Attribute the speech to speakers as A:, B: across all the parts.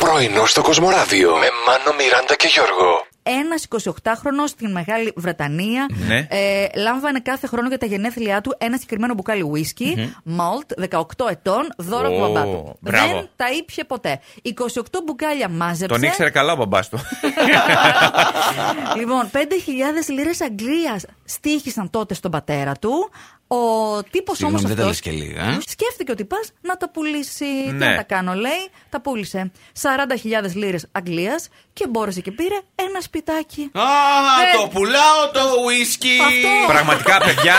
A: Πρωινό στο Κοσμοράδιο με Μάνο, Μιράντα και Γιώργο.
B: Ένας 28χρονο στην Μεγάλη Βρετανία
C: Ναι.
B: ε, λάμβανε κάθε χρόνο για τα γενέθλιά του ένα συγκεκριμένο μπουκάλι whisky, malt, 18 ετών, δώρο από
C: Ω,
B: μπαμπά του.
C: μπράβο.
B: Δεν τα ήπια ποτέ. 28 μπουκάλια μάζεψε.
C: Τον ήξερε καλά ο μπαμπάς του.
B: λοιπόν, 5.000 λίρες Αγγλίας στήχησαν τότε στον πατέρα του. Ο τύπος όμω.
D: Συγγνώμη, δεν τα λες και λίγα. ε.
B: Σκέφτηκε ότι πας να τα πουλήσει. Τι
C: Ναι.
B: να τα κάνω, λέει. Τα πούλησε. 40.000 λίρες Αγγλίας και μπόρεσε και πήρε ένα σπιτάκι.
D: Α,
B: Δεν-
D: το πουλάω το ουίσκι.
B: Ε, Αυτό.
C: Πραγματικά, παιδιά.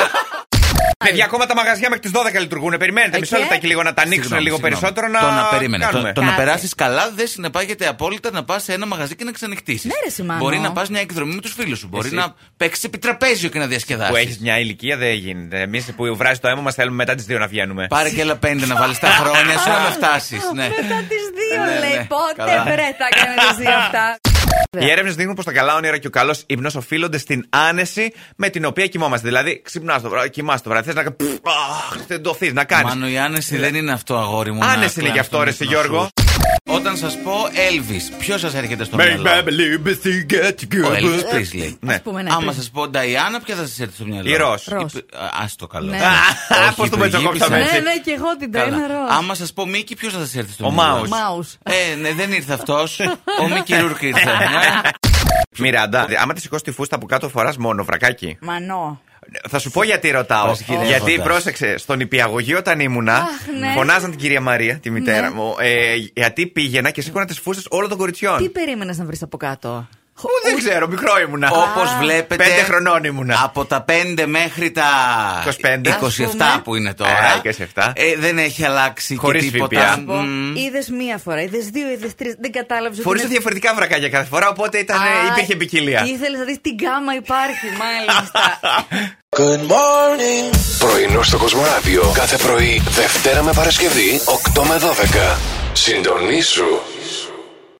C: παιδιά, ακόμα τα μαγαζιά μέχρι τις 12 λειτουργούν. Περιμένετε
B: Ε,
C: μισό
B: και-
C: λεπτά και λίγο να τα ανοίξουν
D: Συγγνώμη,
C: λίγο
D: συγγνώμη.
C: περισσότερο. Να,
D: Το να περίμενε. Το,
C: κάνουμε.
D: το να
B: Κάτι.
D: περάσεις καλά δεν συνεπάγεται απόλυτα να πας σε ένα μαγαζί και να ξανοιχτήσει.
B: Ναι, ρε, Σιμάνο.
D: Μπορεί να πας μια εκδρομή με τους φίλους σου. Μπορεί
C: Εσύ.
D: να παίξεις επί τραπέζιο και να
C: Που έχεις
D: διασκεδάσει.
C: μια ηλικία δεν γίνεται. Εμείς που βράζει το αίμα μας θέλουμε μετά τις 2 να βγαίνουμε.
D: Πάρε και άλλα πέντε να βάλεις τα χρόνια σου να φτάσεις. Ναι.
B: Μετά τις δύο,
D: Ναι, ναι.
B: λέει. Πότε
D: Καλά.
B: βρε τα έκανε εσύ αυτά.
C: Οι έρευνες δείχνουν πως τα καλά όνειρα και ο καλός ύπνος οφείλονται στην άνεση με την οποία κοιμόμαστε. Δηλαδή, ξυπνάς το βράδυ, κοιμά το βράδυ, θες να πφ, αχ, χτεντωθείς, να κάνεις.
D: Μάνο, η άνεση δεν είναι αυτό, αγόρι μου. να
C: Άνεση είναι γι' αυτό, ρε,
D: κλάψουμε
C: σε
D: τον
C: Γιώργο.
D: Όταν σας πω Elvis, ποιος σας έρχεται στο μυαλό. Ο Elvis Presley.
C: Ναι.
B: Ας πούμε, ναι.
D: Άμα σας πω Νταϊάννα, ποια θα σας έρθει στο μυαλό.
C: Η Ροζ.
B: Ροζ.
D: Η- Α ας το καλό.
B: Ναι.
D: Α,
C: Α, πώς
D: όχι,
C: το
D: η υπουργή
C: μετσοκόψαμε
D: πίσω.
B: Ναι,
C: έτσι.
B: ναι, και εγώ την
D: Καλά.
B: τρένα ροζ.
D: Άμα σας πω Μίκη, ποιος θα σας έρθει στο
C: Ο
D: μυαλό.
C: Μάους.
B: Μάους.
D: Ε, ναι, δεν ήρθε αυτός. Ο Μίκη Ρούρκ ήρθε. ναι.
C: Μιράντα, άμα τη σηκώσει τη φούστα από κάτω φοράς μόνο βρακάκι.
B: Μανώ.
C: Θα σου πω γιατί ρωτάω.
D: Προσοχή, δεν
C: γιατί
D: φαντάζεσαι.
C: πρόσεξε, στον υπηαγωγείο όταν ήμουνα,
B: ναι.
C: φωνάζαν την κυρία Μαρία, τη μητέρα
B: Ναι.
C: μου, ε, γιατί πήγαινα και σήκωνα τις φούστες όλων των κοριτσιών.
B: Τι περίμενες να βρεις από κάτω.
C: Ου, δεν ξέρω, μικρό ήμουνα.
D: Όπως βλέπετε.
C: Πέντε χρονών ήμουνα.
D: Από τα 5 μέχρι τα
C: 25.
D: 27 που είναι
C: Ε,
D: τώρα.
C: 27.
D: Ε, δεν έχει αλλάξει
C: Χωρίς
D: και τίποτα.
C: VPN.
D: Μμμ.
B: Είδες μία φορά, είδες δύο, είδες τρεις. Δεν κατάλαβες.
C: Φορούσα διαφορετικά βρακάκια κάθε φορά, οπότε ήταν,
D: Ναι,
C: ε, υπήρχε ποικιλία.
B: Ήθελες να δεις τι γκάμα υπάρχει, μάλιστα.
A: Πρωινό στο Κοσμοράδιο κάθε πρωί, Δευτέρα με Παρασκευή, 8 με 12. Συντονίσου.